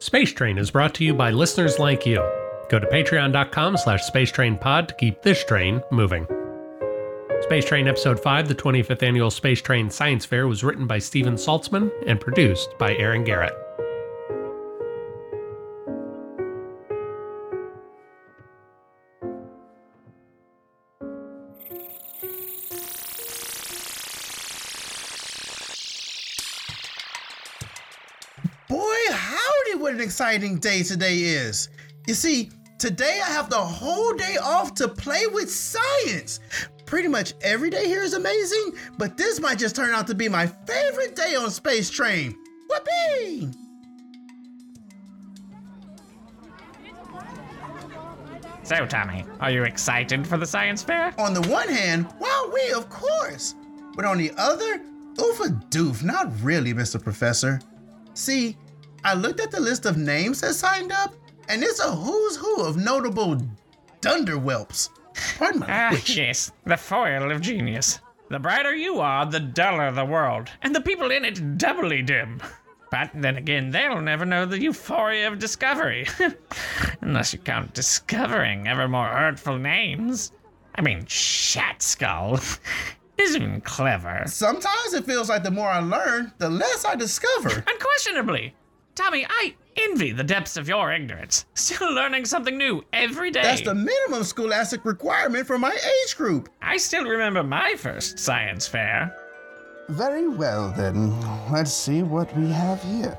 Space Train is brought to you by listeners like you. Go to patreon.com slash spacetrainpod to keep this train moving. Space Train Episode 5, the 25th Annual Space Train Science Fair, was written by Steven Saltzman and produced by Aaron Garrett. Boy, howdy, what an exciting day today is. You see, today I have the whole day off to play with science. Pretty much every day here is amazing, but this might just turn out to be my favorite day on Space Train. Whoopee! So, Tommy, are you excited for the science fair? On the one hand, wow, we, of course. But on the other, oof a doof, not really, Mr. Professor. See, I looked at the list of names that signed up, and it's a who's who of notable dunderwhelps. Pardon my Ah, language. yes, the foil of genius. The brighter you are, the duller the world, and the people in it doubly dim. But then again, they'll never know the euphoria of discovery. Unless you count discovering ever more hurtful names. I mean, Shatskull. Isn't even clever. Sometimes it feels like the more I learn, the less I discover. Unquestionably. Tommy, I envy the depths of your ignorance. Still learning something new every day. That's the minimum scholastic requirement for my age group. I still remember my first science fair. Very well, then. Let's see what we have here.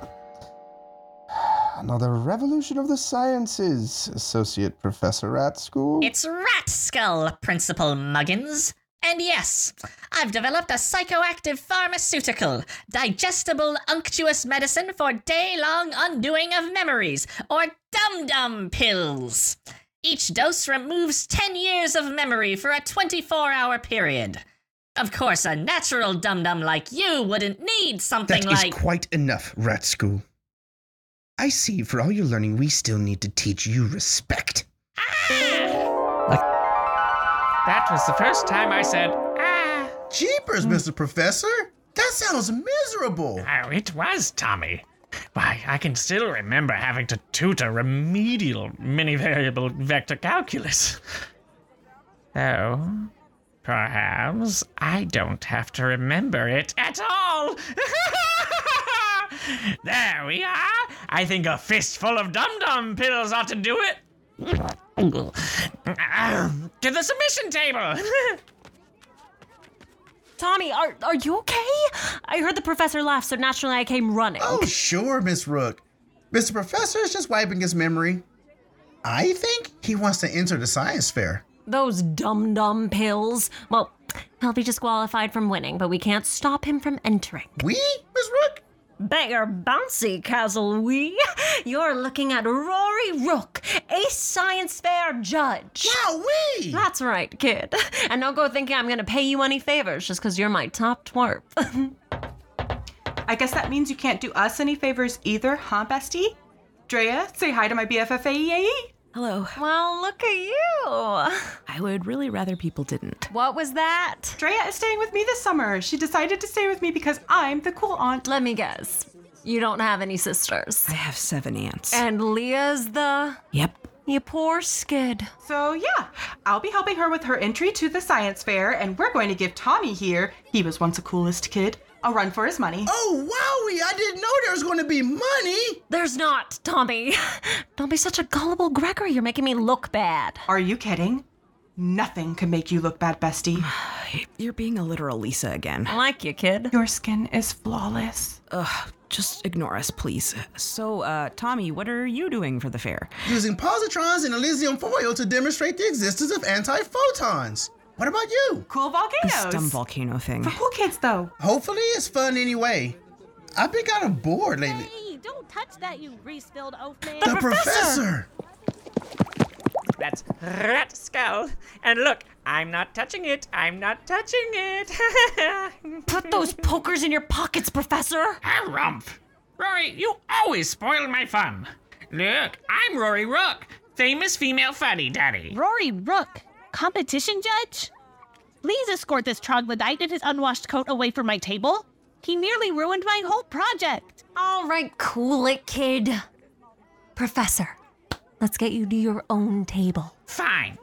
Another revolution of the sciences, Associate Professor at school. It's Rat Skull, Principal Muggins. And yes, I've developed a psychoactive pharmaceutical, digestible unctuous medicine for day long undoing of memories, or dum dum pills. Each dose removes 10 years of memory for a 24 hour period. Of course, a natural dum dum like you wouldn't need something That is like. quite enough, Rat School. I see, for all your learning, we still need to teach you respect. That was the first time I said, ah. Jeepers, Mr. Professor! That sounds miserable! Oh, it was Tommy. Why, I can still remember having to tutor remedial mini-variable vector calculus. Oh, perhaps I don't have to remember it at all. there we are. I think a fistful of dum-dum pills ought to do it. Ahem, to the submission table. Tommy, are are you okay? I heard the professor laugh, so naturally I came running. Oh, sure, Miss Rook. Mr. Professor is just wiping his memory. I think he wants to enter the science fair. Those dum dum pills. Well, he'll be disqualified from winning, but we can't stop him from entering. We, Miss Rook? Better bouncy, Castle Wee. You're looking at Rory Rook, a science fair judge. Wow, we! That's right, kid. And don't go thinking I'm gonna pay you any favors just because you're my top twerp. I guess that means you can't do us any favors either, huh, bestie? Drea, say hi to my BFFAEAE. Hello. well, look at you. I would really rather people didn't. What was that? Drea is staying with me this summer. She decided to stay with me because I'm the cool aunt. Let me guess. You don't have any sisters. I have seven aunts. And Leah's the. yep. You poor skid. So, yeah, I'll be helping her with her entry to the science fair, and we're going to give Tommy here, he was once the coolest kid, a run for his money. Oh, wowie! I didn't know there was going to be money! There's not, Tommy. Don't be such a gullible Gregory. You're making me look bad. Are you kidding? Nothing can make you look bad, bestie. You're being a literal Lisa again. I like you, kid. Your skin is flawless. Just ignore us, please. So, uh, Tommy, what are you doing for the fair? Using positrons and Elysium foil to demonstrate the existence of anti photons. What about you? Cool This volcanoes. dumb volcano thing. For cool kids, though. Hopefully, it's fun anyway. I've been kind of bored lately. Hey, don't touch that, you re-spilled oaf man. The professor! That's rat skull. And look, I'm not touching it. I'm not touching it. Put those pokers in your pockets, Professor. Rumph. Rory, you always spoil my fun. Look, I'm Rory Rook, famous female fuddy daddy. Rory Rook, competition judge? Please escort this troglodyte and his unwashed coat away from my table. He nearly ruined my whole project. All right, cool it, kid. Professor, let's get you to your own table. Fine.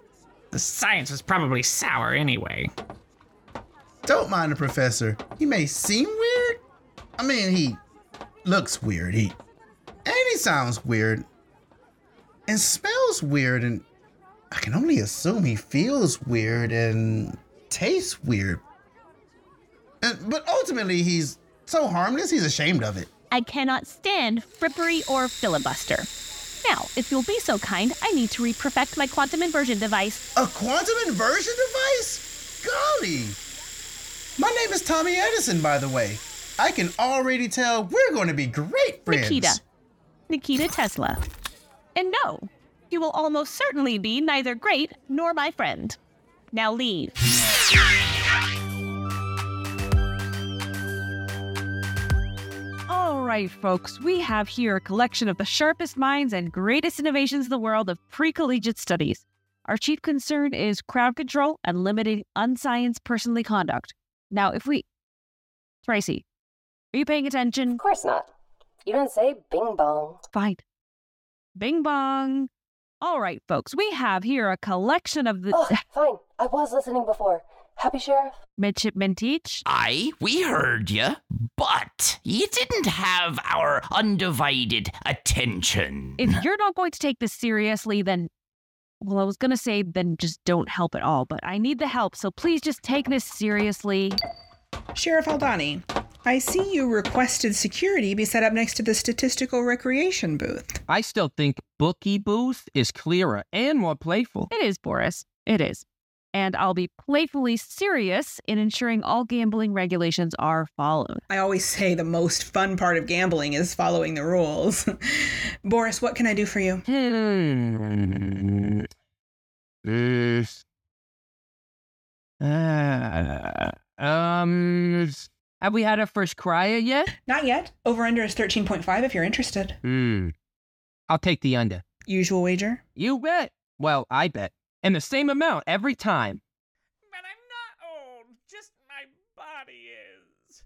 The science was probably sour anyway. Don't mind the professor. He may seem weird. I mean, he looks weird. He and he sounds weird. And smells weird and I can only assume he feels weird and tastes weird. And, but ultimately he's so harmless he's ashamed of it. I cannot stand frippery or filibuster. Now, if you'll be so kind, I need to reperfect my quantum inversion device. A quantum inversion device? Golly! My name is Tommy Edison, by the way. I can already tell we're going to be great friends. Nikita. Nikita Tesla. And no, you will almost certainly be neither great nor my friend. Now leave. All right, folks, we have here a collection of the sharpest minds and greatest innovations in the world of pre collegiate studies. Our chief concern is crowd control and limiting unscience personally conduct. Now, if we. Tracy, are you paying attention? Of course not. You don't say bing bong. Fine. Bing bong. All right, folks, we have here a collection of the. Oh, fine. I was listening before. Happy Sheriff? Midshipman Teach? Aye, we heard you, but you didn't have our undivided attention. If you're not going to take this seriously, then. Well, I was going to say, then just don't help at all, but I need the help, so please just take this seriously. Sheriff Aldani, I see you requested security be set up next to the statistical recreation booth. I still think Bookie Booth is clearer and more playful. It is, Boris. It is. And I'll be playfully serious in ensuring all gambling regulations are followed. I always say the most fun part of gambling is following the rules. Boris, what can I do for you? Hmm. This. Uh, um. Have we had our first crier yet? Not yet. Over under is 13.5 if you're interested. Hmm. I'll take the under. Usual wager? You bet. Well, I bet. And the same amount every time. But I'm not old, just my body is.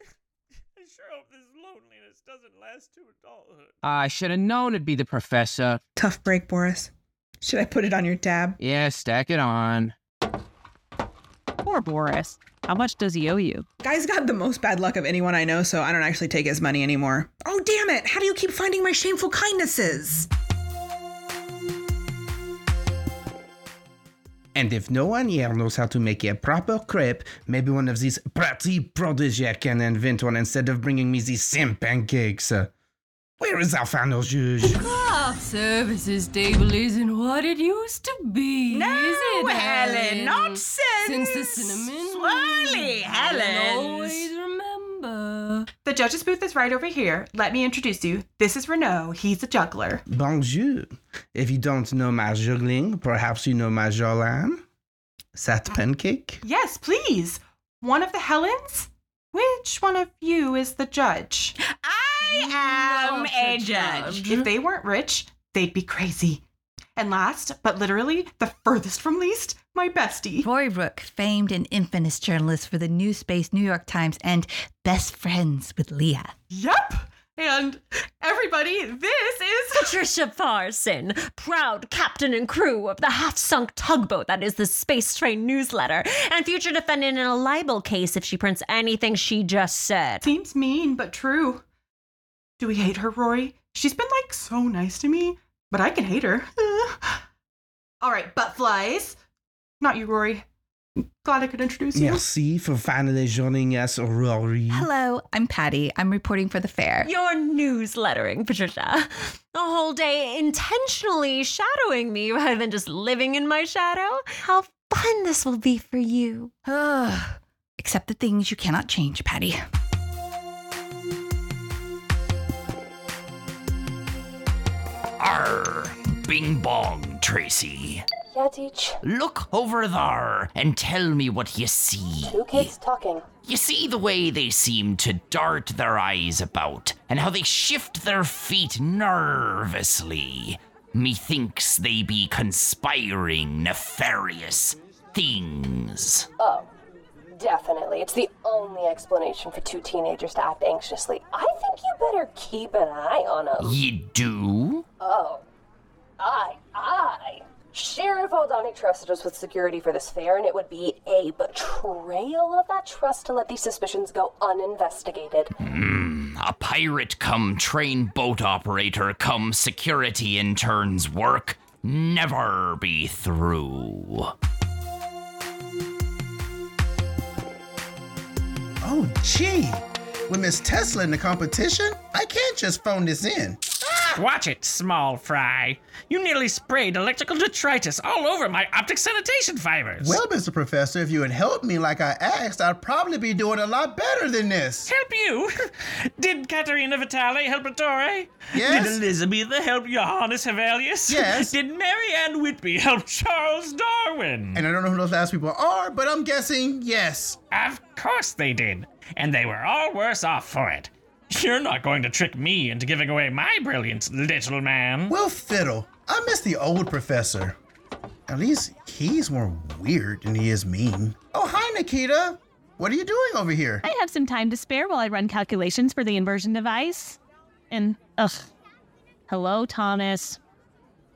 I sure hope this loneliness doesn't last to adulthood. I should have known it'd be the professor. Tough break, Boris. Should I put it on your tab? Yeah, stack it on. Poor Boris. How much does he owe you? Guy's got the most bad luck of anyone I know, so I don't actually take his money anymore. Oh, damn it! How do you keep finding my shameful kindnesses? And if no one here knows how to make a proper crepe, maybe one of these bratty protégés can invent one instead of bringing me these same pancakes. Uh, Where is our final juge? Craft services table isn't what it used to be. No, is it, Helen, not since. Since the cinnamon. Swirly, Helen. Always remember. The judge's booth is right over here. Let me introduce you. This is Renault. He's a juggler. Bonjour. If you don't know my juggling, perhaps you know my Jolan. That pancake? Yes, please. One of the Helens? Which one of you is the judge? I am a judge. If they weren't rich, they'd be crazy. And last, but literally the furthest from least, my bestie. Roy Rook, famed and infamous journalist for the New Space New York Times and best friends with Leah. Yep. And everybody, this is Patricia Farson, proud captain and crew of the half sunk tugboat that is the Space Train newsletter, and future defendant in a libel case if she prints anything she just said. Seems mean, but true. Do we hate her, Rory? She's been like so nice to me, but I can hate her. All right, butt flies. Not you, Rory. Glad I could introduce you. Merci for finally joining us, Rory. Hello, I'm Patty. I'm reporting for the fair. You're newslettering, Patricia. A whole day intentionally shadowing me rather than just living in my shadow. How fun this will be for you. Ugh. Except the things you cannot change, Patty. Arr, bing bong, Tracy. Yeah, teach. Look over there and tell me what you see. Two kids talking. You see the way they seem to dart their eyes about, and how they shift their feet nervously. Methinks they be conspiring nefarious things. Oh, definitely. It's the only explanation for two teenagers to act anxiously. I think you better keep an eye on them. Ye do? Oh. I, I. Sheriff Aldani trusted us with security for this affair, and it would be a betrayal of that trust to let these suspicions go uninvestigated. Hmm, a pirate come train boat operator come security intern's work never be through. Oh, gee. With Miss Tesla in the competition, I can't just phone this in. Watch it, small fry. You nearly sprayed electrical detritus all over my optic sanitation fibers. Well, Mr. Professor, if you had helped me like I asked, I'd probably be doing a lot better than this. Help you? Did Caterina Vitale help Ettore? Yes. Did Elizabeth help Johannes Hevelius? Yes. Did Mary Ann Whitby help Charles Darwin? And I don't know who those last people are, but I'm guessing yes. Of course they did. And they were all worse off for it. You're not going to trick me into giving away my brilliance, little man. Well, fiddle. I miss the old professor. At least he's more weird than he is mean. Oh, hi, Nikita. What are you doing over here? I have some time to spare while I run calculations for the inversion device. And, ugh. Hello, Thomas.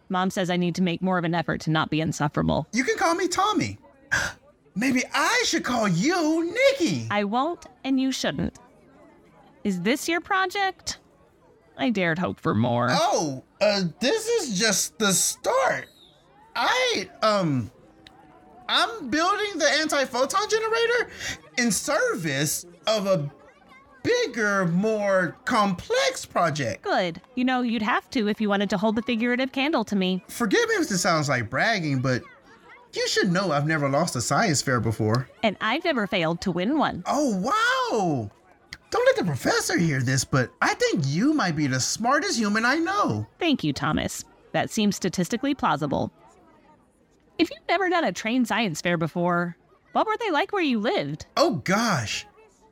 Mom says I need to make more of an effort to not be insufferable. You can call me Tommy. Maybe I should call you Nikki. I won't, and you shouldn't. Is this your project? I dared hope for more. Oh, uh, this is just the start. I, um, I'm building the anti photon generator in service of a bigger, more complex project. Good. You know, you'd have to if you wanted to hold the figurative candle to me. Forgive me if this sounds like bragging, but you should know I've never lost a science fair before. And I've never failed to win one. Oh, wow! Don't let the professor hear this, but I think you might be the smartest human I know. Thank you, Thomas. That seems statistically plausible. If you've never done a train science fair before, what were they like where you lived? Oh gosh,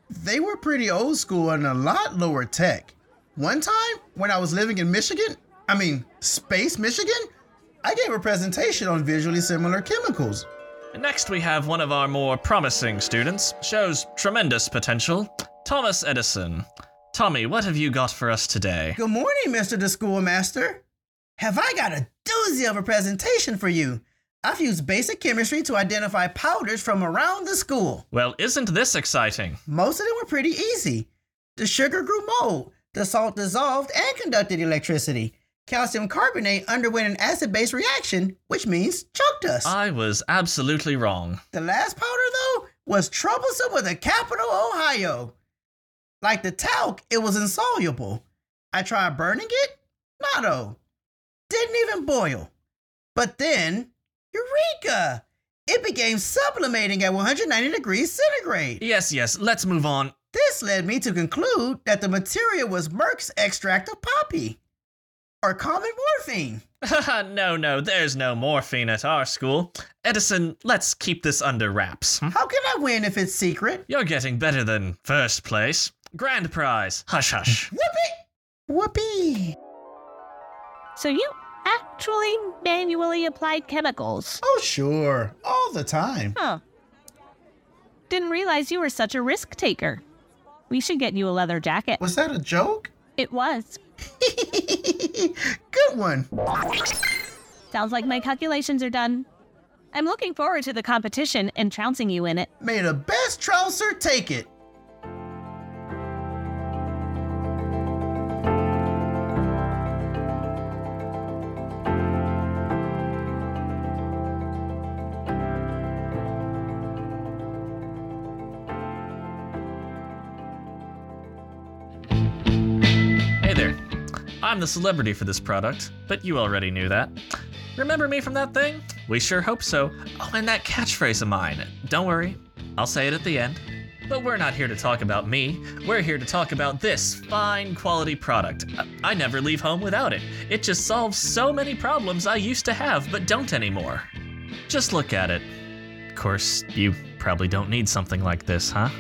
they were pretty old school and a lot lower tech. One time, when I was living in Michigan, I mean, Space Michigan, I gave a presentation on visually similar chemicals. Next, we have one of our more promising students, shows tremendous potential, Thomas Edison. Tommy, what have you got for us today? Good morning, Mr. the Schoolmaster. Have I got a doozy of a presentation for you? I've used basic chemistry to identify powders from around the school. Well, isn't this exciting? Most of them were pretty easy. The sugar grew mold, the salt dissolved and conducted electricity. Calcium carbonate underwent an acid base reaction, which means chalk dust. I was absolutely wrong. The last powder, though, was troublesome with a capital Ohio. Like the talc, it was insoluble. I tried burning it, nado. Didn't even boil. But then, eureka! It became sublimating at 190 degrees centigrade. Yes, yes, let's move on. This led me to conclude that the material was Merck's extract of poppy. Or common morphine. no, no, there's no morphine at our school. Edison, let's keep this under wraps. Hmm? How can I win if it's secret? You're getting better than first place. Grand prize. Hush, hush. Whoopee! Whoopee! So you actually manually applied chemicals? Oh, sure. All the time. Huh. Didn't realize you were such a risk taker. We should get you a leather jacket. Was that a joke? It was. Good one. Sounds like my calculations are done. I'm looking forward to the competition and trouncing you in it. May the best trouser take it. I'm the celebrity for this product, but you already knew that. Remember me from that thing? We sure hope so. Oh, and that catchphrase of mine. Don't worry, I'll say it at the end. But we're not here to talk about me. We're here to talk about this fine quality product. I never leave home without it. It just solves so many problems I used to have but don't anymore. Just look at it. Of course, you probably don't need something like this, huh?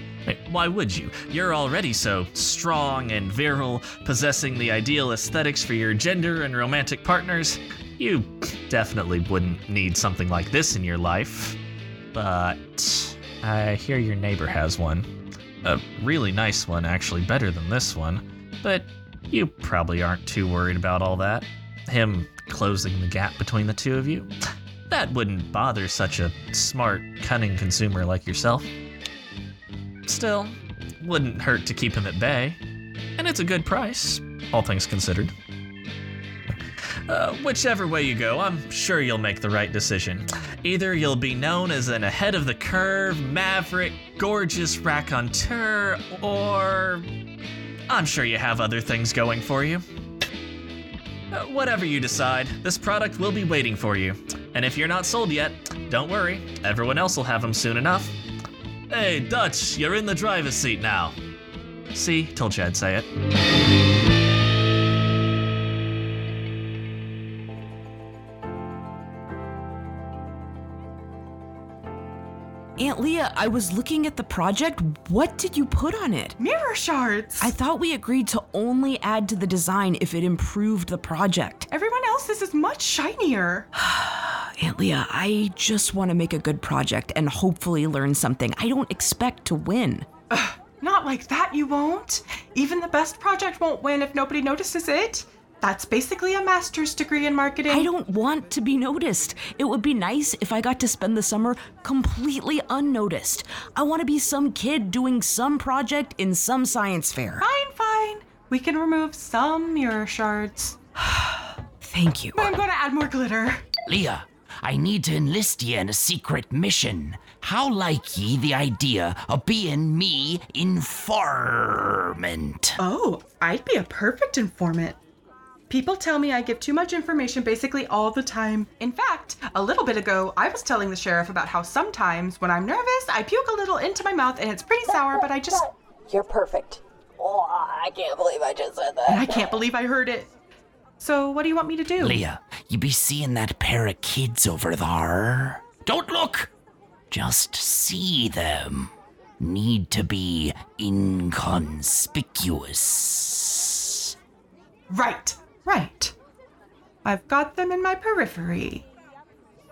Why would you? You're already so strong and virile, possessing the ideal aesthetics for your gender and romantic partners. You definitely wouldn't need something like this in your life. But I hear your neighbor has one. A really nice one, actually, better than this one. But you probably aren't too worried about all that. him closing the gap between the two of you, that wouldn't bother such a smart, cunning consumer like yourself. Still, wouldn't hurt to keep him at bay, and it's a good price, all things considered. Uh, whichever way you go, I'm sure you'll make the right decision. Either you'll be known as an ahead of the curve, maverick, gorgeous raconteur, or. I'm sure you have other things going for you. Uh, whatever you decide, this product will be waiting for you. And if you're not sold yet, don't worry, everyone else will have them soon enough. Hey, Dutch, you're in the driver's seat now. See, told you I'd say it. Aunt Leah, I was looking at the project. What did you put on it? Mirror shards. I thought we agreed to only add to the design if it improved the project. Everyone else's is much shinier. Aunt Leah, I just want to make a good project and hopefully learn something. I don't expect to win. Ugh, not like that, you won't. Even the best project won't win if nobody notices it. That's basically a master's degree in marketing. I don't want to be noticed. It would be nice if I got to spend the summer completely unnoticed. I want to be some kid doing some project in some science fair. Fine, fine. We can remove some mirror shards. Thank you. But I'm going to add more glitter. Leah, I need to enlist ye in a secret mission. How like ye the idea of being me informant? Oh, I'd be a perfect informant. People tell me I give too much information basically all the time. In fact, a little bit ago, I was telling the sheriff about how sometimes when I'm nervous, I puke a little into my mouth and it's pretty sour, but I just. You're perfect. Oh, I can't believe I just said that. And I can't believe I heard it. So, what do you want me to do? Leah, you be seeing that pair of kids over there. Don't look! Just see them. Need to be inconspicuous. Right. Right. I've got them in my periphery.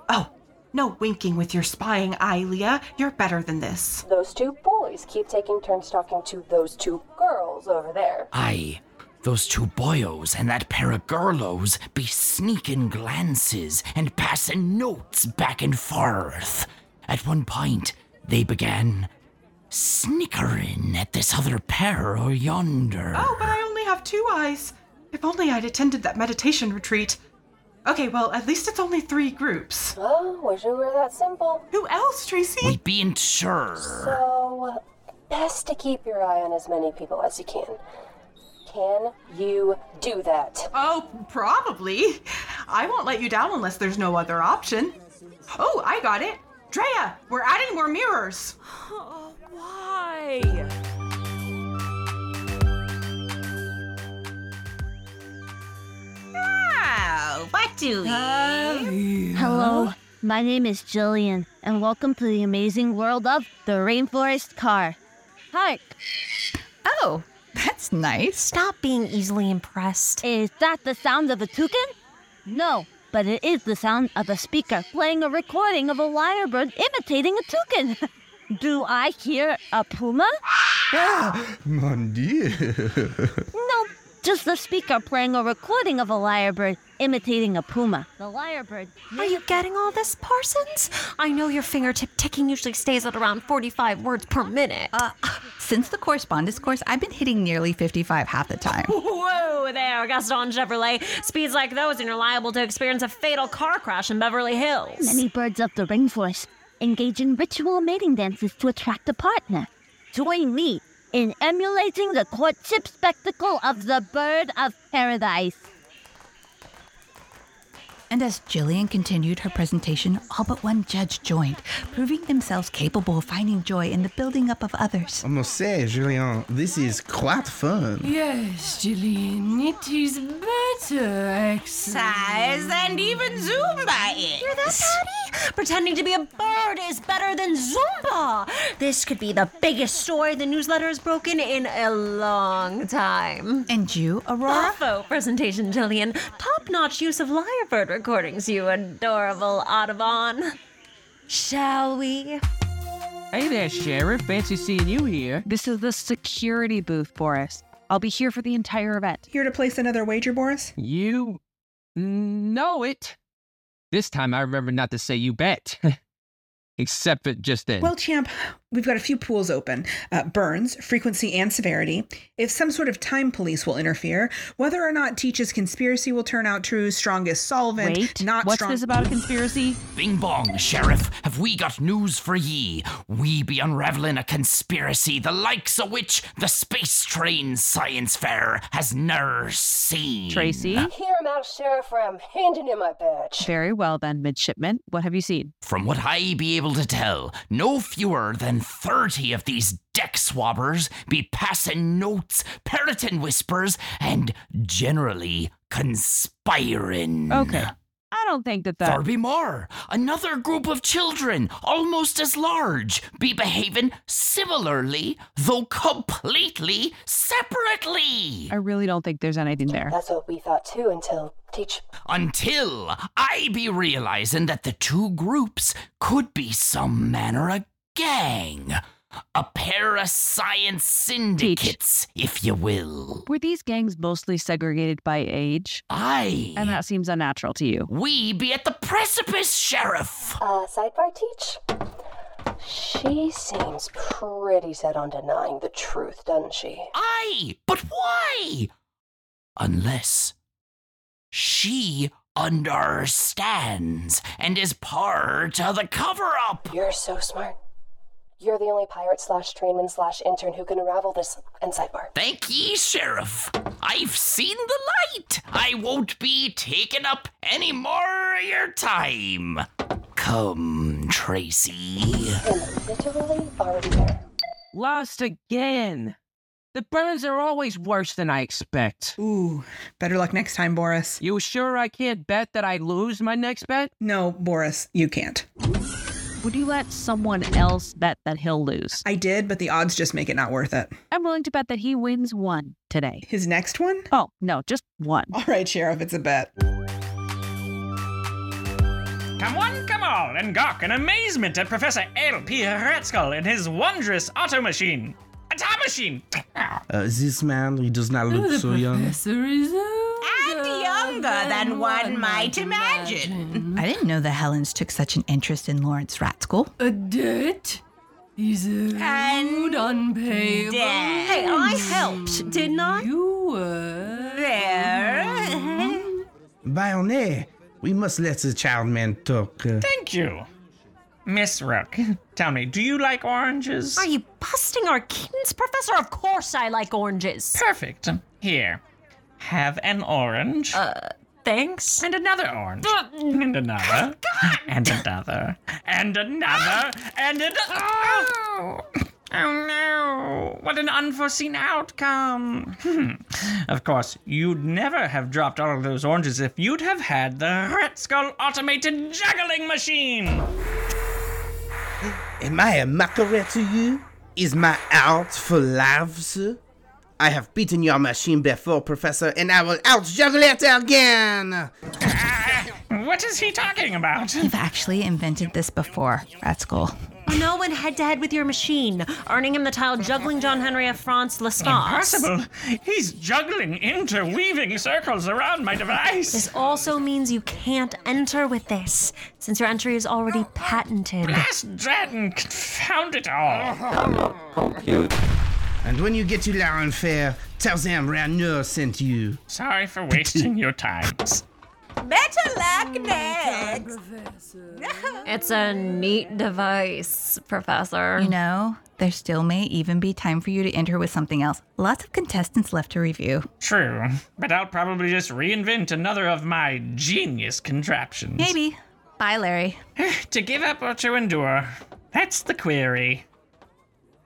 Oh, no winking with your spying eye, Leah. You're better than this. Those two boys keep taking turns talking to those two girls over there. Aye. Those two boyos and that pair of girlos be sneaking glances and passing notes back and forth. At one point, they began snickering at this other pair or yonder. Oh, but I only have two eyes. If only I'd attended that meditation retreat. Okay, well, at least it's only three groups. Oh, wish it were that simple. Who else, Tracy? We being sure. So, best to keep your eye on as many people as you can. Can you do that? Oh, probably. I won't let you down unless there's no other option. Oh, I got it. Drea, we're adding more mirrors. Oh, why? what do we? Hello. Hello, my name is Jillian, and welcome to the amazing world of the Rainforest Car. Hi. Oh, that's nice. Stop being easily impressed. Is that the sound of a toucan? No, but it is the sound of a speaker playing a recording of a lyrebird imitating a toucan. Do I hear a puma? Ah, mon dieu. no, just the speaker playing a recording of a lyrebird imitating a puma. The lyrebird. Are you getting all this, Parsons? I know your fingertip ticking usually stays at around 45 words per minute. Uh, since the correspondence course, I've been hitting nearly 55 half the time. Whoa there, Gaston Chevrolet. Speeds like those, and you're liable to experience a fatal car crash in Beverly Hills. Many birds of the rainforest engage in ritual mating dances to attract a partner. Join me, in emulating the courtship spectacle of the bird of paradise. And as Jillian continued her presentation, all but one judge joined, proving themselves capable of finding joy in the building up of others. I must say, Jillian, this is quite fun. Yes, Jillian, it is better exercise and even Zumba is. Hear that, Patty? Pretending to be a bird is better than Zumba. This could be the biggest story the newsletter has broken in a long time. And you, Aurora? Bravo presentation, Jillian. Top-notch use of lyrebird recordings, you adorable Audubon. Shall we? Hey there, Sheriff. Fancy seeing you here. This is the security booth, Boris. I'll be here for the entire event. Here to place another wager, Boris? You Know it. This time I remember not to say you bet. Except it just then. Well, champ, we've got a few pools open uh, burns, frequency, and severity. If some sort of time police will interfere, whether or not Teach's conspiracy will turn out true, strongest solvent, Wait, not what's strong. this about a conspiracy? Bing bong, Sheriff, have we got news for ye? We be unraveling a conspiracy the likes of which the space train science fair has ne'er seen. Hear him out, Sheriff, or I'm handing him my badge. Very well, then, midshipman. What have you seen? From what I be able to tell, no fewer than 30 of these deck swabbers be passing notes, parroting whispers, and generally conspiring. Okay. I don't think that that. There be more. Another group of children, almost as large, be behaving similarly, though completely separately. I really don't think there's anything there. That's what we thought too until teach. Until I be realizing that the two groups could be some manner of gang. A pair of science syndicates, if you will. Were these gangs mostly segregated by age? Aye. And that seems unnatural to you. We be at the precipice, Sheriff. Uh, sidebar teach. She seems pretty set on denying the truth, doesn't she? Aye, but why? Unless she understands and is part of the cover up. You're so smart. You're the only pirate slash trainman slash intern who can unravel this. And sidebar. Thank ye, Sheriff. I've seen the light. I won't be taking up any more of your time. Come, Tracy. Literally already there. Lost again. The burns are always worse than I expect. Ooh, better luck next time, Boris. You sure I can't bet that I lose my next bet? No, Boris, you can't. Would you let someone else bet that he'll lose? I did, but the odds just make it not worth it. I'm willing to bet that he wins one today. His next one? Oh, no, just one. All right, Sheriff, it's a bet. Come one, come all, and gawk in amazement at Professor L.P. Hretzkel and his wondrous auto machine. A time machine! Uh, this man, he does not look the so young. professor is And Uh, younger than one might imagine. I didn't know the Helens took such an interest in Lawrence Ratskill. A debt is owed unpayable. debt. Hey, I helped, didn't I? You were there. Bayonet, we must let the child man talk. Uh, Thank you. Miss Rook, tell me, do you like oranges? Are you busting our kittens, Professor? Of course I like oranges. Perfect. Here, have an orange. Uh, thanks. And another orange. and another. And another. And another. and an- oh! oh no! What an unforeseen outcome! Hmm. Of course, you'd never have dropped all of those oranges if you'd have had the Retzkull automated juggling machine! Am I a mackerel to you? Is my out for love, sir? I have beaten your machine before, Professor, and I will out juggle it again! What is he talking about? You've actually invented this before, Ratskill. Oh, No one head to head with your machine, earning him the title juggling John Henry of France Lestat. Impossible! He's juggling, interweaving circles around my device! This also means you can't enter with this, since your entry is already patented. Blast Dratton, confound it all! And when you get to Laron Fair, tell them Ranur sent you. Sorry for wasting your times. Better luck next. It's a neat device, Professor. You know, there still may even be time for you to enter with something else. Lots of contestants left to review. True, but I'll probably just reinvent another of my genius contraptions. Maybe. Bye, Larry. To give up or to endure? That's the query.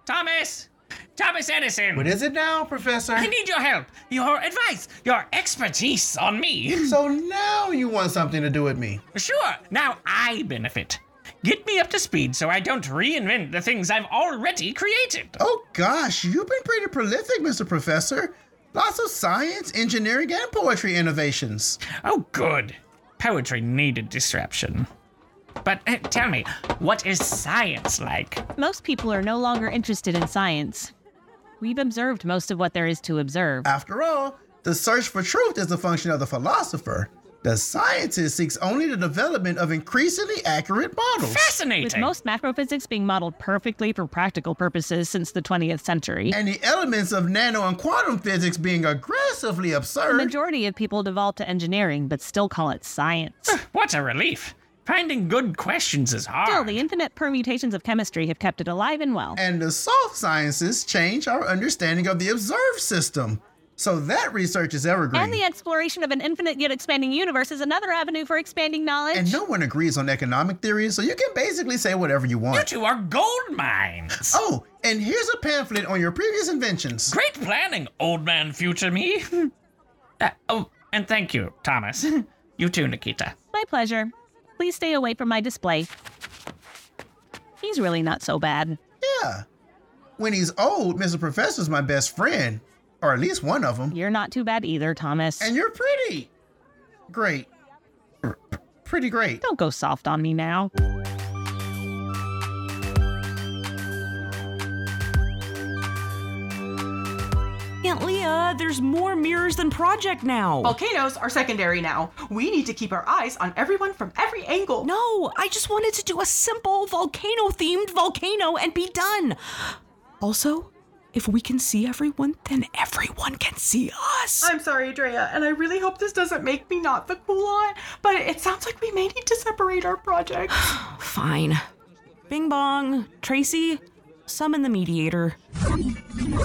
Thomas! Thomas Edison! What is it now, Professor? I need your help, your advice, your expertise on me. So now you want something to do with me. Sure, now I benefit. Get me up to speed so I don't reinvent the things I've already created. Oh gosh, you've been pretty prolific, Mr. Professor. Lots of science, engineering, and poetry innovations. Oh, good. Poetry needed disruption. But uh, tell me, what is science like? Most people are no longer interested in science. We've observed most of what there is to observe. After all, the search for truth is the function of the philosopher. The scientist seeks only the development of increasingly accurate models. With most macrophysics being modeled perfectly for practical purposes since the 20th century. And the elements of nano and quantum physics being aggressively The absurd. majority of people devolve to engineering, but still call it science. What a relief. Finding good questions is hard. Still, the infinite permutations of chemistry have kept it alive and well. And the soft sciences change our understanding of the observed system. So that research is evergreen. And the exploration of an infinite yet expanding universe is another avenue for expanding knowledge. And no one agrees on economic theories, so you can basically say whatever you want. You two are gold mines. Oh, and here's a pamphlet on your previous inventions. Great planning, old man future me. Uh, oh, and thank you, Thomas. You too, Nikita. My pleasure. Please stay away from my display. He's really not so bad. Yeah. When he's old, Mr. Professor's my best friend, or at least one of them. You're not too bad either, Thomas. And you're pretty. Great. Pretty great. Don't go soft on me now. Aunt Leah, there's more mirrors than project now. Volcanoes are secondary now. We need to keep our eyes on everyone from every angle. No, I just wanted to do a simple volcano themed volcano and be done. Also, if we can see everyone, then everyone can see us. I'm sorry, Drea, and I really hope this doesn't make me not the cool aunt, but it sounds like we may need to separate our projects. Fine. Bing bong. Tracy, summon the mediator.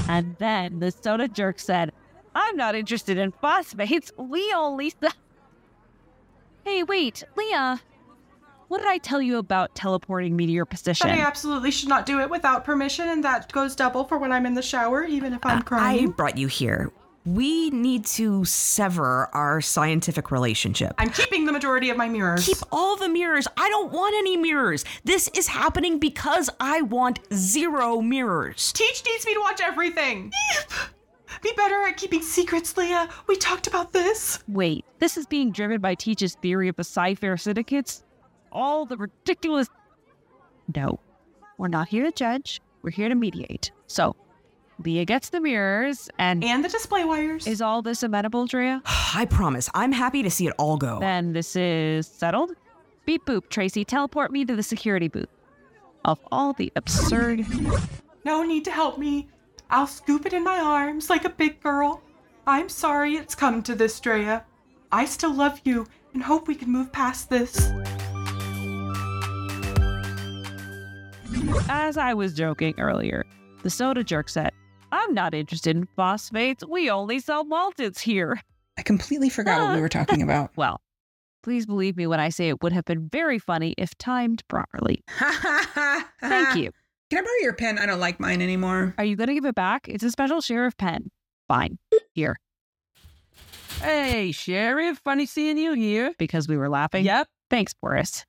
And then the soda jerk said, I'm not interested in phosphates. We only. s- Hey, wait, Leah. What did I tell you about teleporting me to your But I position? absolutely should not do it without permission, and that goes double for when I'm in the shower, even if I'm I crying. brought you here. We need to sever our scientific relationship. I'm keeping the majority of my mirrors. Keep all the mirrors. I don't want any mirrors. This is happening because I want zero mirrors. Teach needs me to watch everything. Be better at keeping secrets, Leah. We talked about this. Wait, this is being driven by Teach's theory of the Psi Fair syndicates? All the ridiculous. No. We're not here to judge, we're here to mediate. So, Leah gets the mirrors and. And the display wires. Is all this amenable, Drea? I promise, I'm happy to see it all go. Then this is settled. Beep boop, Tracy, teleport me to the security booth. Of all the absurd. No need to help me. I'll scoop it in my arms like a big girl. I'm sorry it's come to this, Drea. I still love you and hope we can move past this. As I was joking earlier, the soda jerk said, I'm not interested in phosphates. We only sell malteds here. I completely forgot what we were talking about. Well, please believe me when I say it would have been very funny if timed properly. Thank you. Can I borrow your pen? I don't like mine anymore. Are you going to give it back? It's a special sheriff pen. Fine. Here. Hey, Sheriff, funny seeing you here. Because we were laughing. Yep. Thanks, Boris.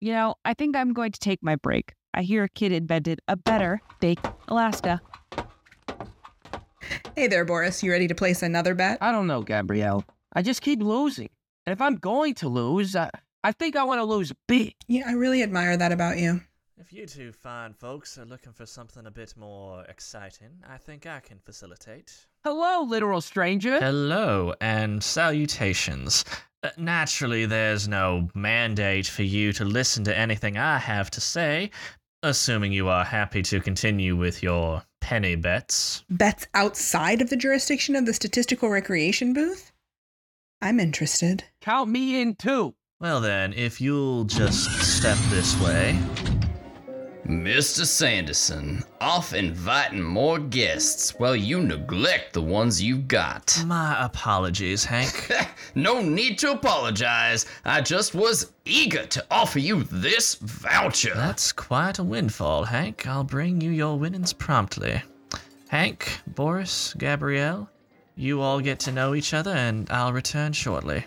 You know, I think I'm going to take my break. I hear a kid invented a better baked Alaska. Hey there, Boris. You ready to place another bet? I don't know, Gabrielle. I just keep losing. And if I'm going to lose, I, I think I want to lose big. Yeah, I really admire that about you. If you two fine folks are looking for something a bit more exciting, I think I can facilitate. Hello, literal stranger. Hello and salutations. Uh, naturally, there's no mandate for you to listen to anything I have to say, assuming you are happy to continue with your penny bets. Bets outside of the jurisdiction of the statistical recreation booth? I'm interested. Count me in too. Well, then, if you'll just step this way. Mr. Sanderson, off inviting more guests while you neglect the ones you've got. My apologies, Hank. no need to apologize. I just was eager to offer you this voucher. That's quite a windfall, Hank. I'll bring you your winnings promptly. Hank, Boris, Gabrielle, you all get to know each other, and I'll return shortly.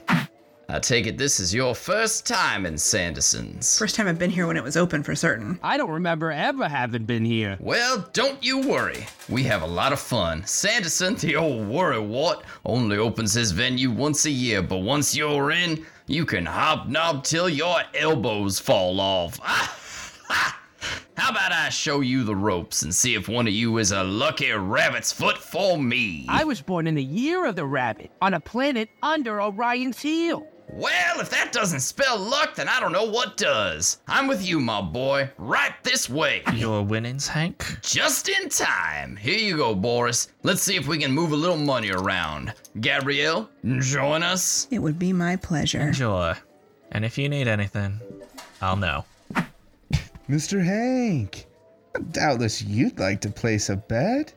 I take it this is your first time in Sanderson's. First time I've been here when it was open for certain. I don't remember ever having been here. Well, don't you worry. We have a lot of fun. Sanderson, the old worrywart, only opens his venue once a year, but once you're in, you can hobnob till your elbows fall off. How about I show you the ropes and see if one of you is a lucky rabbit's foot for me? I was born in the year of the rabbit on a planet under Orion's heel. Well, if that doesn't spell luck, then I don't know what does. I'm with you, my boy. Right this way. Your winnings, Hank? Just in time. Here you go, Boris. Let's see if we can move a little money around. Gabrielle, join us. It would be my pleasure. Enjoy. And if you need anything, I'll know. Mr. Hank, doubtless you'd like to place a bet.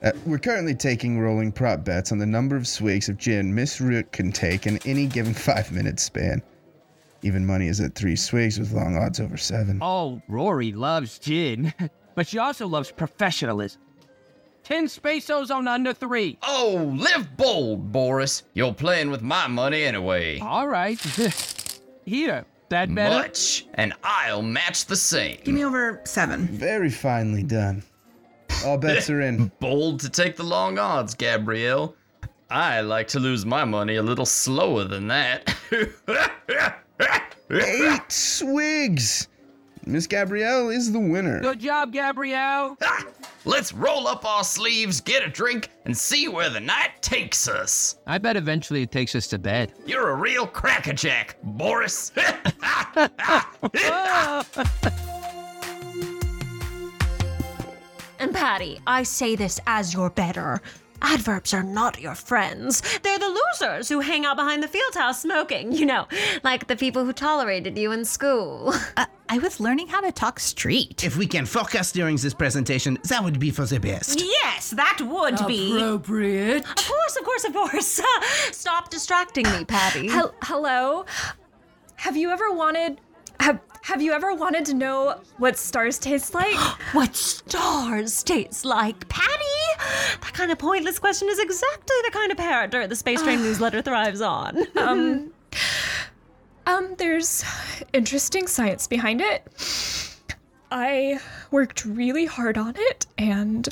Uh, we're currently taking rolling prop bets on the number of swigs of gin Miss Root can take in any given five minute span. Even money is at three swigs with long odds over seven. Oh, Rory loves gin, but she also loves professionalism. Ten spaces on under three. Oh, live bold, Boris. You're playing with my money anyway. All right. Here, that better? Much, and I'll match the same. Give me over seven. Very finely done. All bets are in. Bold to take the long odds, Gabrielle. I like to lose my money a little slower than that. Eight swigs. Miss Gabrielle is the winner. Good job, Gabrielle. Ah, let's roll up our sleeves, get a drink, and see where the night takes us. I bet eventually it takes us to bed. You're a real crackerjack, Boris. And Patty, I say this as your better. Adverbs are not your friends. They're the losers who hang out behind the field house smoking, you know, like the people who tolerated you in school. I was learning how to talk street. If we can focus during this presentation, that would be for the best. Yes, that would be. Appropriate. Of course, of course, of course. Stop distracting me, Patty. Hel- hello. Have you ever wanted have Have you ever wanted to know what stars taste like? what stars taste like, Patty? That kind of pointless question is exactly the kind of parrot the Space Train newsletter thrives on. um, um, there's interesting science behind it. I worked really hard on it, and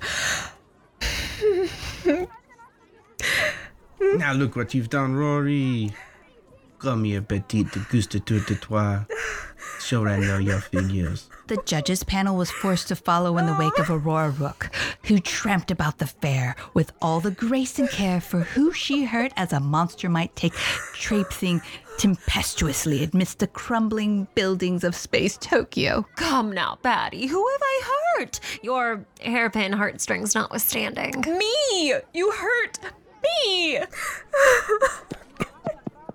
Hmm? now look what you've done, Rory. Come here, petite gustateur de toi. Sure, I know your figures. The judges' panel was forced to follow in the wake of Aurora Rook, who tramped about the fair with all the grace and care for who she heard as a monster might take, traipsing tempestuously amidst the crumbling buildings of space Tokyo. Come now, Patty. Who have I hurt? Your hairpin heartstrings notwithstanding. me, you hurt me.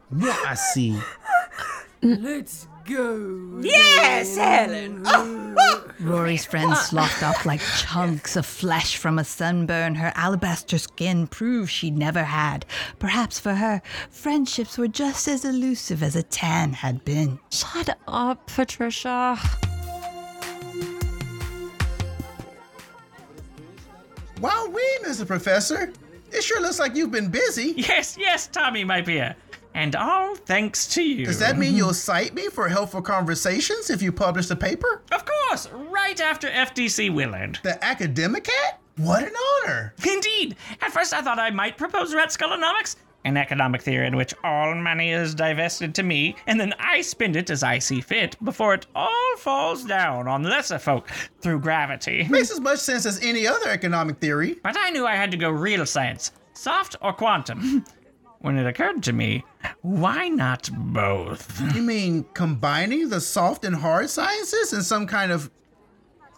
What I see. Let's go. Yes, Helen. Rory's Ah. friends sloughed off like chunks of flesh from a sunburn her alabaster skin proved she never had. Perhaps for her, friendships were just as elusive as a tan had been. Shut up, Patricia. Wow, we, Mr. Professor. It sure looks like you've been busy. Yes, yes, Tommy, my dear. And all thanks to you. Does that mean you'll cite me for helpful conversations if you publish the paper? Of course, right after FDC Willard. The academic cat? What an honor! Indeed. At first, I thought I might propose red skullonomics, an economic theory in which all money is divested to me, and then I spend it as I see fit before it all falls down on lesser folk through gravity. Makes as much sense as any other economic theory. But I knew I had to go real science, soft or quantum. when it occurred to me, why not both? You mean combining the soft and hard sciences in some kind of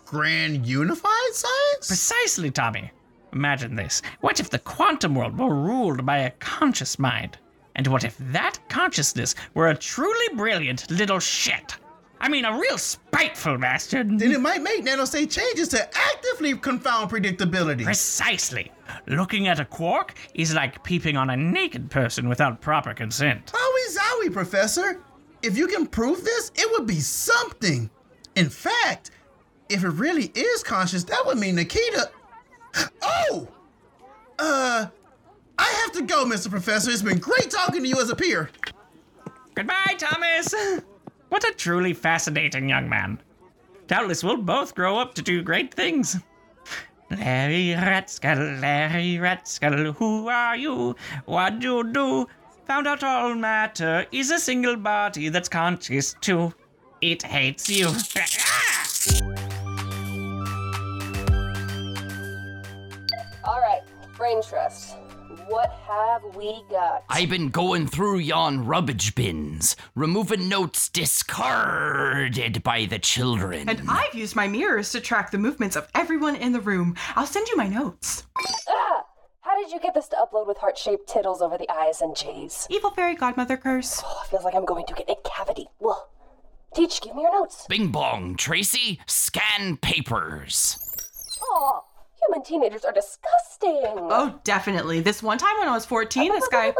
grand unified science? Precisely, Tommy. Imagine this. What if the quantum world were ruled by a conscious mind? And what if that consciousness were a truly brilliant little shit? I mean, a real spiteful bastard. Then it might make nanostate changes to actively confound predictability. Precisely. Looking at a quark is like peeping on a naked person without proper consent. Wowie zowie, Professor. If you can prove this, it would be something. In fact, if it really is conscious, that would mean Nikita. Oh! Uh, I have to go, Mr. Professor. It's been great talking to you as a peer. Goodbye, Thomas. What a truly fascinating young man. Doubtless we'll both grow up to do great things. Larry Ratskell, Larry Ratskell, who are you? What do you do? Found out all matter is a single body that's conscious too. It hates you. All right, brain trust. What have we got? I've been going through yon rubbish bins, removing notes discarded by the children. And I've used my mirrors to track the movements of everyone in the room. I'll send you my notes. Ah! How did you get this to upload with heart shaped tittles over the eyes and J's? Evil fairy godmother curse. Oh, feels like I'm going to get a cavity. Well, Teach, give me your notes. Bing bong, Tracy, scan papers. Oh, human teenagers are disgusting. Oh, definitely. This one time when I was 14, this guy.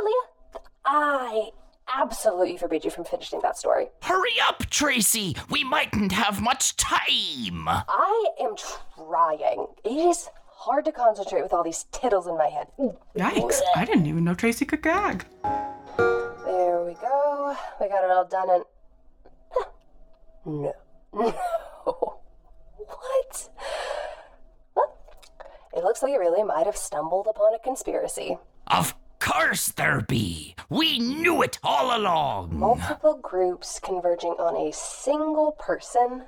I absolutely forbade you from finishing that story. Hurry up, Tracy! We mightn't have much time! I am trying. It is hard to concentrate with all these tittles in my head. Yikes. I didn't even know Tracy could gag. There we go. We got it all done in No. No. what? Well, it looks like you really might have stumbled upon a conspiracy. Of course there be! We knew it all along! Multiple groups converging on a single person.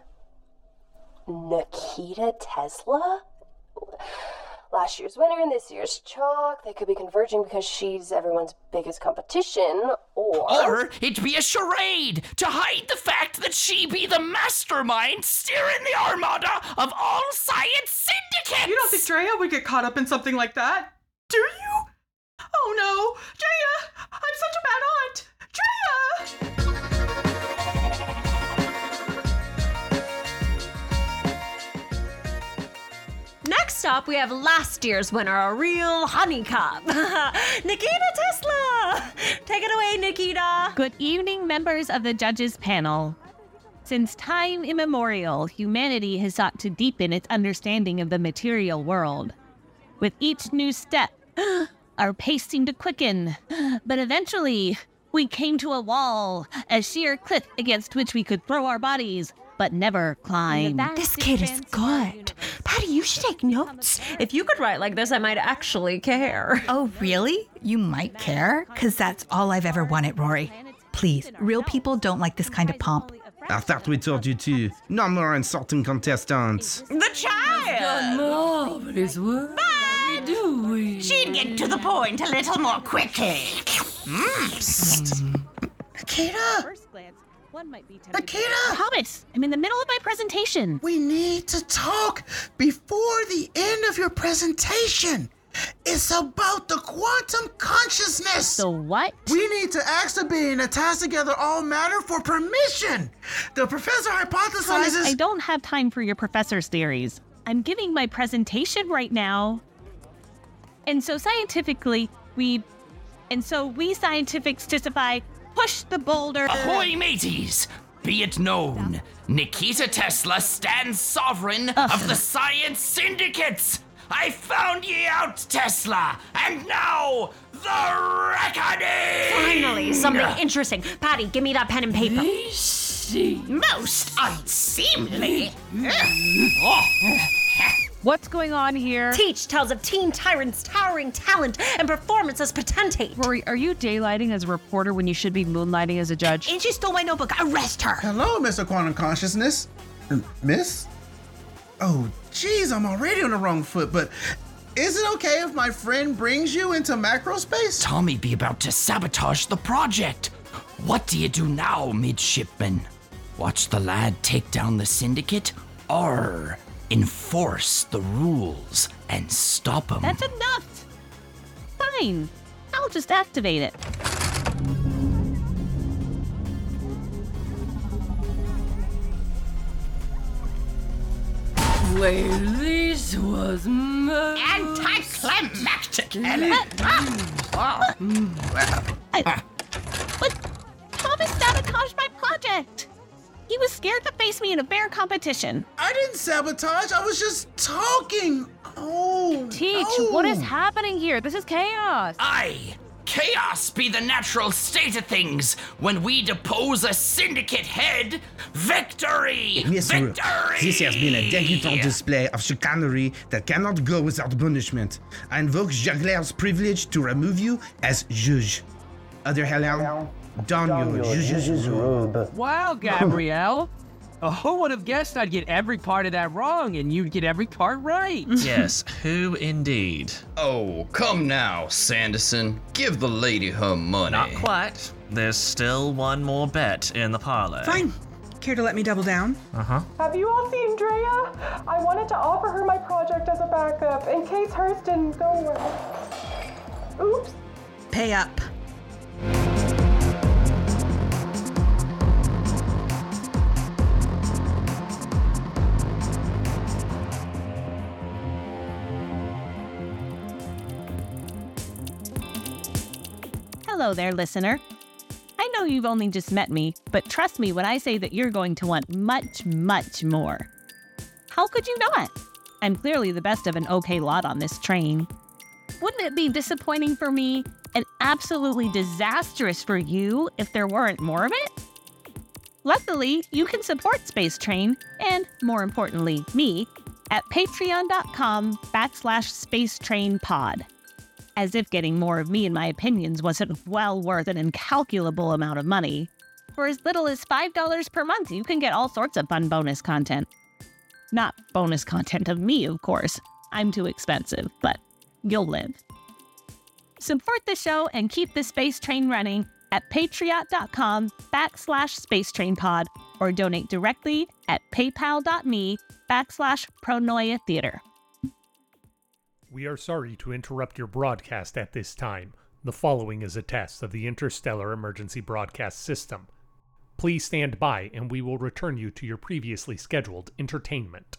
Nikita Tesla? Last year's winner and this year's chalk. They could be converging because she's everyone's biggest competition, or. Or it be a charade to hide the fact that she be the mastermind steering the armada of all science syndicates! You don't think Drea would get caught up in something like that? Do you? Oh no! Drea! I'm such a bad aunt! Drea! Next up, we have last year's winner, a real honey cup, Nikita Tesla. Take it away, Nikita. Good evening, members of the judges panel. Since time immemorial, humanity has sought to deepen its understanding of the material world. With each new step, our pace seemed to quicken, but eventually, we came to a wall, a sheer cliff against which we could throw our bodies, but never climb. This kid is good. Patty, you should take notes. If you could write like this, I might actually care. Oh, really? You might care? Because that's all I've ever wanted, Rory. Please, real people don't like this kind of pomp. I thought Ah, we told you to. No more insulting contestants. The child! Marvelous work. But she'd get to the point a little more quickly. Mm, Akita! One might be Akita! Thomas, I'm in the middle of my presentation. We need to talk before the end of your presentation. It's about the quantum consciousness. The what? We need to ask the being that ties together all matter for permission. The professor Thomas, hypothesizes. I don't have time for your professor's theories. I'm giving my presentation right now. And so scientifically, we and so we scientifics justify push the boulder. Ahoy, mateys! Be it known, Nikita Tesla stands sovereign of the science syndicates! I found ye out, Tesla! And now, the reckoning! Finally, something interesting. Patty, give me that pen and paper. Most unseemly. Oh. What's going on here? Teach tells of teen tyrants' towering talent and performance as potentate. Rory, are you daylighting as a reporter when you should be moonlighting as a judge? And she stole my notebook. Arrest her. Hello, Mr. Quantum Consciousness. Er, Miss? Oh, jeez, I'm already on the wrong foot, but is it okay if my friend brings you into macro space? Tommy be about to sabotage the project. What do you do now, midshipman? Watch the lad take down the syndicate, or enforce the rules and stop him? That's enough. Fine. I'll just activate it. Well, this was my Anticlimactic, Ellen. Thomas sabotaged my project. He was scared to face me in a fair competition. I didn't sabotage, I was just talking. Oh, Teach, no. what is happening here? This is chaos. Aye! Chaos be the natural state of things when we depose a syndicate head! Victory! Miss Rook, Victory! this has been a debutant display of chicanery that cannot go without punishment. I invoke Jagler's privilege to remove you as juge. Other Helen, don your juge's robe. Wow, Gabrielle. Oh, who would have guessed I'd get every part of that wrong and you'd get every part right? Yes, who indeed? Oh, come now, Sanderson. Give the lady her money. Not quite. There's still one more bet in the parlay. Fine. Care to let me double down? Uh huh. Have you all seen Drea? I wanted to offer her my project as a backup in case hers didn't go well. Oops. Pay up. Hello there, listener. I know you've only just met me, but trust me when I say that you're going to want much, much more. How could you not? I'm clearly the best of an okay lot on this train. Wouldn't it be disappointing for me and absolutely disastrous for you if there weren't more of it? Luckily, you can support Space Train and, more importantly, me at patreon.com backslash space train pod. As if getting more of me and my opinions wasn't well worth an incalculable amount of money. For as little as $5 per month, you can get all sorts of fun bonus content. Not bonus content of me, of course. I'm too expensive, but you'll live. Support the show and keep the space train running at patriot.com backslash space train pod or donate directly at paypal.me backslash pronoia theater. We are sorry to interrupt your broadcast at this time. The following is a test of the Interstellar Emergency Broadcast System. Please stand by and we will return you to your previously scheduled entertainment.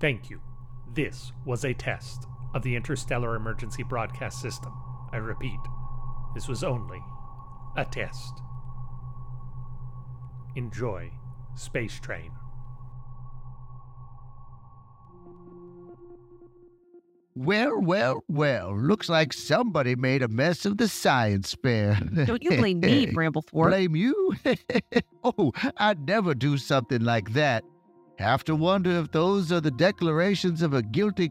Thank you. This was a test of the Interstellar Emergency Broadcast System. I repeat, this was only a test. Enjoy Space Train. Well, well, well. Looks like somebody made a mess of the science fair. Don't you blame me, Brambleforth. Blame you? oh, I'd never do something like that. Have to wonder if those are the declarations of a guilty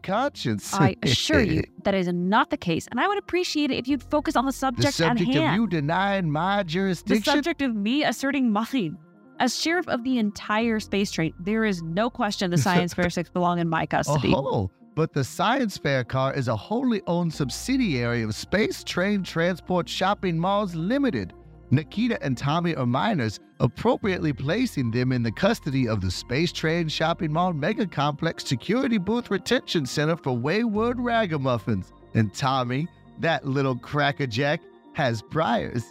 conscience. I assure you that is not the case, and I would appreciate it if you'd focus on the subject, the subject at of hand. you denying my the jurisdiction. subject of me asserting mine. As sheriff of the entire space train, there is no question the science fair six belong in my custody. Oh, but the Science Fair car is a wholly owned subsidiary of Space Train Transport Shopping Malls Limited. Nikita and Tommy are minors, appropriately placing them in the custody of the Space Train Shopping Mall Mega Complex Security Booth Retention Center for Wayward Ragamuffins. And Tommy, that little crackerjack, has priors,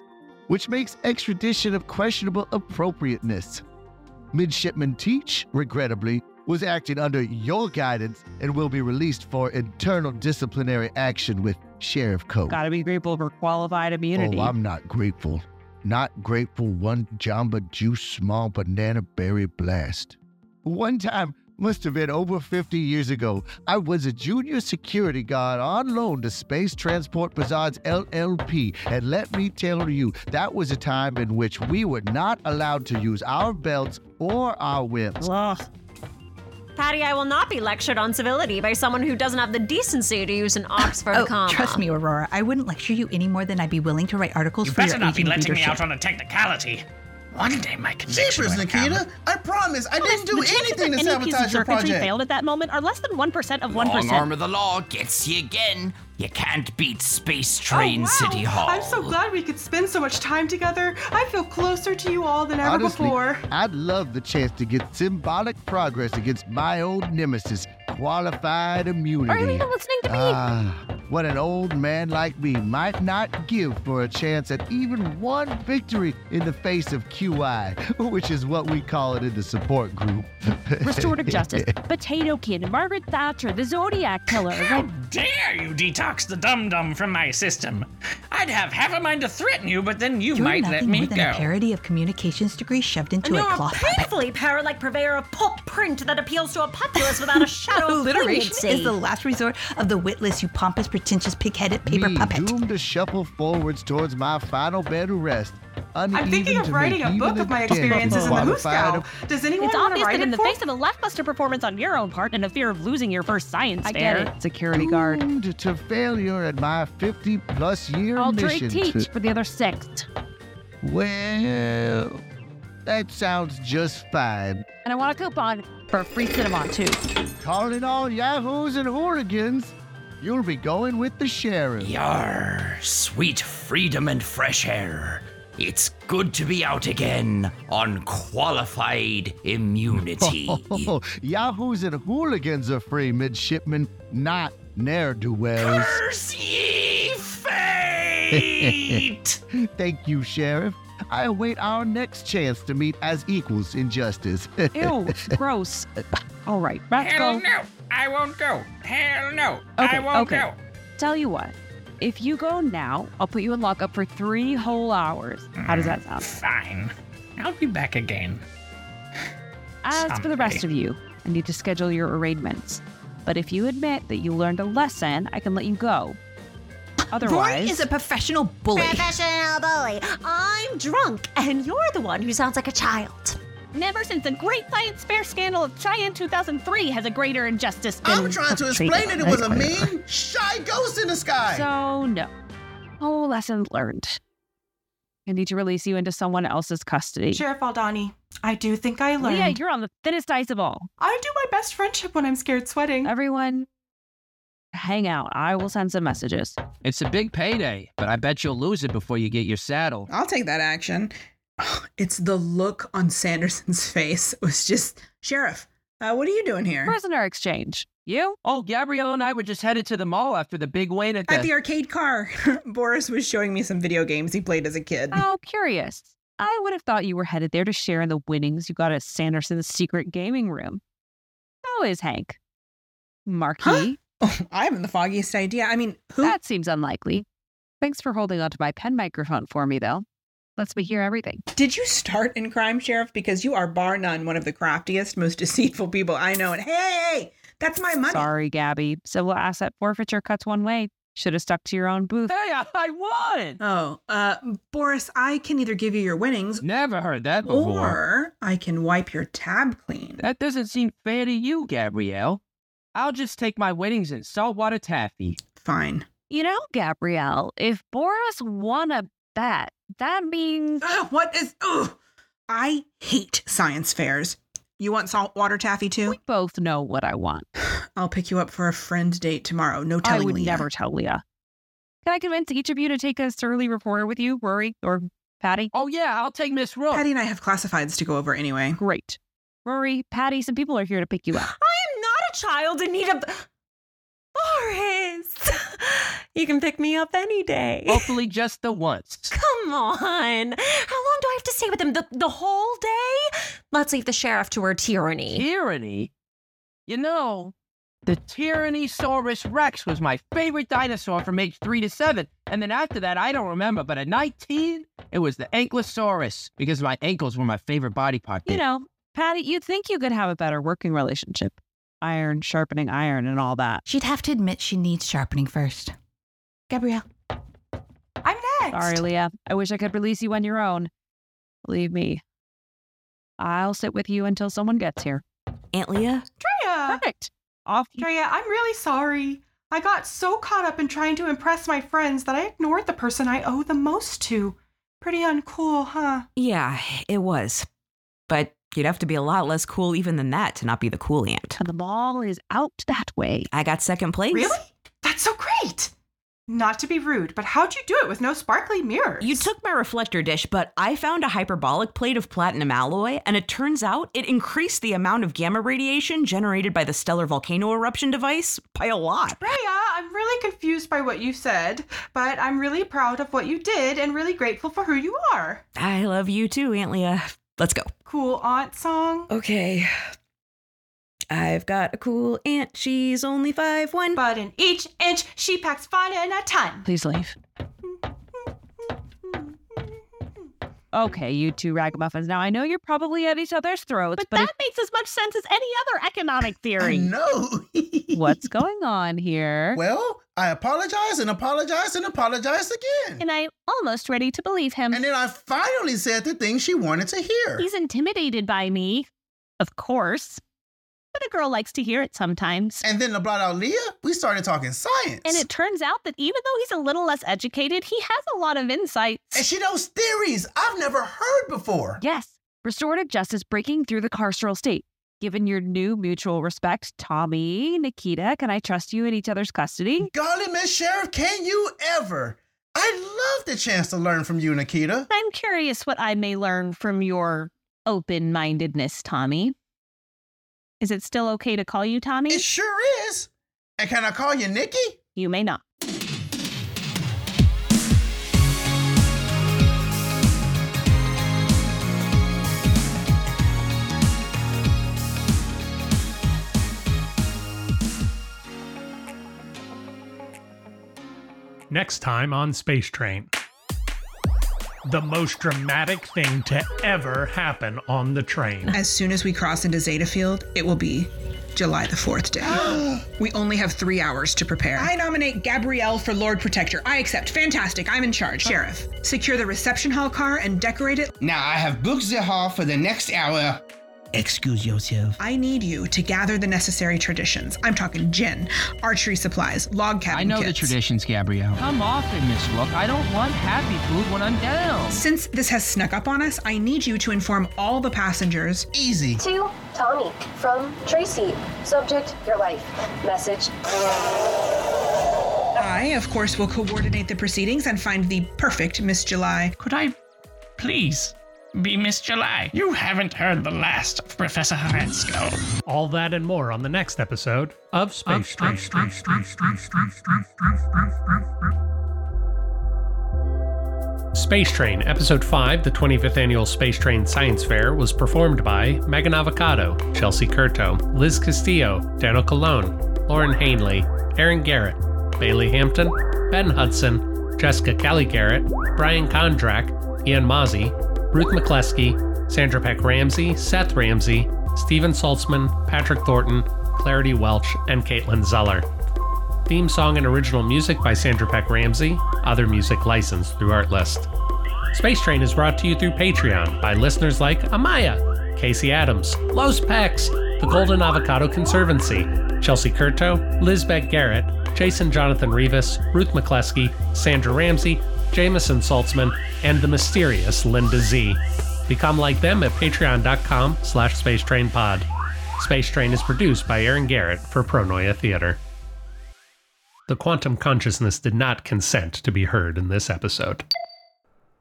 which makes extradition of questionable appropriateness. Midshipman Teach, regrettably, was acting under your guidance and will be released for internal disciplinary action with Sheriff Code. Gotta be grateful for qualified immunity. Oh, I'm not grateful. Not grateful one jamba juice small banana berry blast. One time, must have been over 50 years ago, I was a junior security guard on loan to Space Transport Bazaar's LLP, and let me tell you, that was a time in which we were not allowed to use our belts or our whips. Patty, I will not be lectured on civility by someone who doesn't have the decency to use an Oxford Oh, comma. trust me, Aurora. I wouldn't lecture you any more than I'd be willing to write articles You for better your not be aging letting readership. me out on a technicality. One day my conviction Jeepers, will come. Nikita! I promise, I didn't do the chances that anything to any piece of sabotage your circuitry project. failed at that moment are less than 1% of 1%. Long arm of the law gets you again. You can't beat Space Train City Hall. Oh, I'm so glad we could spend so much time together. I feel closer to you all than ever Honestly, before. I'd love the chance to get symbolic progress against my old nemesis, qualified immunity. Are you even listening to me? Ah, what an old man like me might not give for a chance at even one victory in the face of QI, which is what we call it in the support group. Restorative justice, Potato Kid, Margaret Thatcher, the Zodiac Killer. Like, dare you detox the dum dum from my system? I'd have half a mind to threaten you, but then you You're might nothing let me more than a go. parody of communications degree shoved into and a you're a cloth. painfully parrot-like purveyor of pulp print that appeals to a populace without a shadow of Alliteration is poignancy. the last resort of the witless, you pompous, pretentious, pig-headed paper me, puppet. doomed to shuffle forwards towards my final bed of rest. I'm thinking of writing a book of my experiences in the Moscow. Does anyone It's want obvious to write that in it the for face of a laughbuster performance on your own part and a fear of losing your first science I fair, get security guard. Doomed to failure at my 50 plus year I'll mission. drink teach to- for the other sect. well, that sounds just fine. And I want a coupon for a free cinema too. Calling all yahoos and hooligans, you'll be going with the sheriff. Yar, sweet freedom and fresh air. It's good to be out again on qualified immunity. Yahoos and hooligans are free, midshipmen, not ne'er do wells. Curse ye Thank you, Sheriff. I await our next chance to meet as equals in justice. Ew, gross. All right, back Hell go. no! I won't go. Hell no! Okay, I won't okay. go. Tell you what, if you go now, I'll put you in lockup for three whole hours. How does that sound? Mm, Fine. I'll be back again. As for the rest of you, I need to schedule your arraignments. But if you admit that you learned a lesson, I can let you go. Otherwise, is a professional bully. Professional bully. I'm drunk, and you're the one who sounds like a child. Never since the Great Science Fair scandal of Cheyenne 2003 has a greater injustice been I'm trying to explain that perpetrated. it was a mean, shy ghost in the sky. So no. Oh, lesson learned. I need to release you into someone else's custody. Sheriff Aldani, I do think I learned. Leah, you're on the thinnest ice of all. I do my best friendship when I'm scared sweating. Everyone, hang out. I will send some messages. It's a big payday, but I bet you'll lose it before you get your saddle. I'll take that action. It's the look on Sanderson's face. It was just, Sheriff, uh, what are you doing here? Prisoner exchange. You? Oh, Gabrielle and I were just headed to the mall after the big win at the. At the arcade car. Boris was showing me some video games he played as a kid. How Oh, curious. I would have thought you were headed there to share in the winnings you got at Sanderson's secret gaming room. How is Hank? Marquis? I haven't the foggiest idea. I mean, who? That seems unlikely. Thanks for holding onto my pen microphone for me, though. Let's me hear everything. Did you start in crime, Sheriff? Because you are bar none one of the craftiest, most deceitful people I know. And hey, that's my money. Sorry, Gabby. Civil asset forfeiture cuts one way. Should have stuck to your own booth. Hey, I, I won! Oh, uh, Boris, I can either give you your winnings. Never heard that before. Or I can wipe your tab clean. That doesn't seem fair to you, Gabrielle. I'll just take my winnings in saltwater taffy. Fine. You know, Gabrielle, if Boris won a bet, that means. what is. Ugh. I hate science fairs. You want saltwater taffy too? We both know what I want. I'll pick you up for a friend date tomorrow. No I telling would Leah. never tell Leah. Can I convince each of you to take a surly reporter with you, Rory or Patty? Oh, yeah, I'll take Miss Rook. Patty and I have classifieds to go over anyway. Great. Rory, Patty, some people are here to pick you up. I'm not a child in need of. Boris! You can pick me up any day. Hopefully, just the once. Come on. How long do I have to stay with him? The, the whole day? Let's leave the sheriff to her tyranny. Tyranny? You know, the Tyrannosaurus Rex was my favorite dinosaur from age three to seven. And then after that, I don't remember, but at 19, it was the Ankylosaurus because my ankles were my favorite body part. You then. know, Patty, you'd think you could have a better working relationship. Iron sharpening iron and all that. She'd have to admit she needs sharpening first. Gabrielle. I'm next. Sorry, Leah. I wish I could release you on your own. Believe me, I'll sit with you until someone gets here. Aunt Leah? Drea. Perfect. Off. Drea, I'm really sorry. I got so caught up in trying to impress my friends that I ignored the person I owe the most to. Pretty uncool, huh? Yeah, it was. But you'd have to be a lot less cool even than that to not be the cool aunt. And the ball is out that way. I got second place. Really? That's so great. Not to be rude, but how'd you do it with no sparkly mirrors? You took my reflector dish, but I found a hyperbolic plate of platinum alloy, and it turns out it increased the amount of gamma radiation generated by the stellar volcano eruption device by a lot. Rhea, I'm really confused by what you said, but I'm really proud of what you did and really grateful for who you are. I love you too, Aunt Leah. Let's go. Cool aunt song. Okay. I've got a cool aunt. She's only five one. But in each inch, she packs fun in a ton. Please leave. Okay, you two ragamuffins. Now I know you're probably at each other's throats, but, That makes as much sense as any other economic theory. No. if- what's going on here? Well, I apologize and apologize and apologize again. And I'm almost ready to believe him. And then I finally said the thing she wanted to hear. He's intimidated by me, of course. But a girl likes to hear it sometimes. And then to blot out Leah, we started talking science. And it turns out that even though he's a little less educated, he has a lot of insights. And she knows theories I've never heard before. Yes, restorative justice breaking through the carceral state. Given your new mutual respect, Tommy, Nikita, can I trust you in each other's custody? Golly, Miss Sheriff, can you ever? I love the chance to learn from you, Nikita. I'm curious what I may learn from your open mindedness, Tommy. Is it still okay to call you Tommy? It sure is. And can I call you Nikki? You may not. Next time on Space Train. The most dramatic thing to ever happen on the train. As soon as we cross into Zeta Field, it will be July the 4th day. we only have three hours to prepare. I nominate Gabrielle for Lord Protector. I accept. Fantastic. I'm in charge. Sheriff, secure the reception hall car and decorate it. Now I have booked the hall for the next hour. Excuse yourself. I need you to gather the necessary traditions. I'm talking gin, archery supplies, log cabin I know the kits. traditions, Gabrielle. Come off it, Miss Rook. I don't want happy food when I'm down. Since this has snuck up on us, I need you to inform all the passengers. Easy. To Tommy from Tracy. Subject, your life. Message. I, of course, will coordinate the proceedings and find the perfect Miss July. Could I please be Miss July? You haven't heard the last of Professor Haransko. All that and more on the next episode of Space Train. Space Train, Episode 5, the 25th Annual Space Train Science Fair, was performed by Megan Avocado, Chelsea Curto, Liz Castillo, Daniel Colon, Lauren Hanley, Aaron Garrett, Bailey Hampton, Ben Hudson, Jessica Kelly Garrett, Brian Kondrak, Ian Mozzie, Ruth McCleskey, Sandra Peck Ramsey, Seth Ramsey, Steven Saltzman, Patrick Thornton, Clarity Welch, and Caitlin Zeller. Theme song and original music by Sandra Peck Ramsey, other music licensed through Artlist. Space Train is brought to you through Patreon by listeners like Amaya, Casey Adams, Los Pex, the Golden Avocado Conservancy, Chelsea Curto, Lizbeth Garrett, Jason Jonathan Rivas, Ruth McCleskey, Sandra Ramsey, Jamison Saltzman, and the mysterious Linda Z. Become like them at patreon.com slash spacetrainpod. Space Train is produced by Aaron Garrett for Pronoia Theater. The quantum consciousness did not consent to be heard in this episode.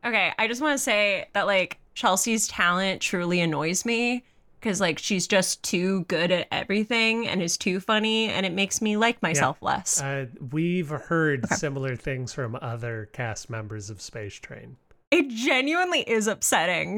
Okay, I just want to say that like Chelsea's talent truly annoys me because like she's just too good at everything and is too funny and it makes me like myself Yeah. less. Uh, we've heard similar things from other cast members of Space Train. It genuinely is upsetting.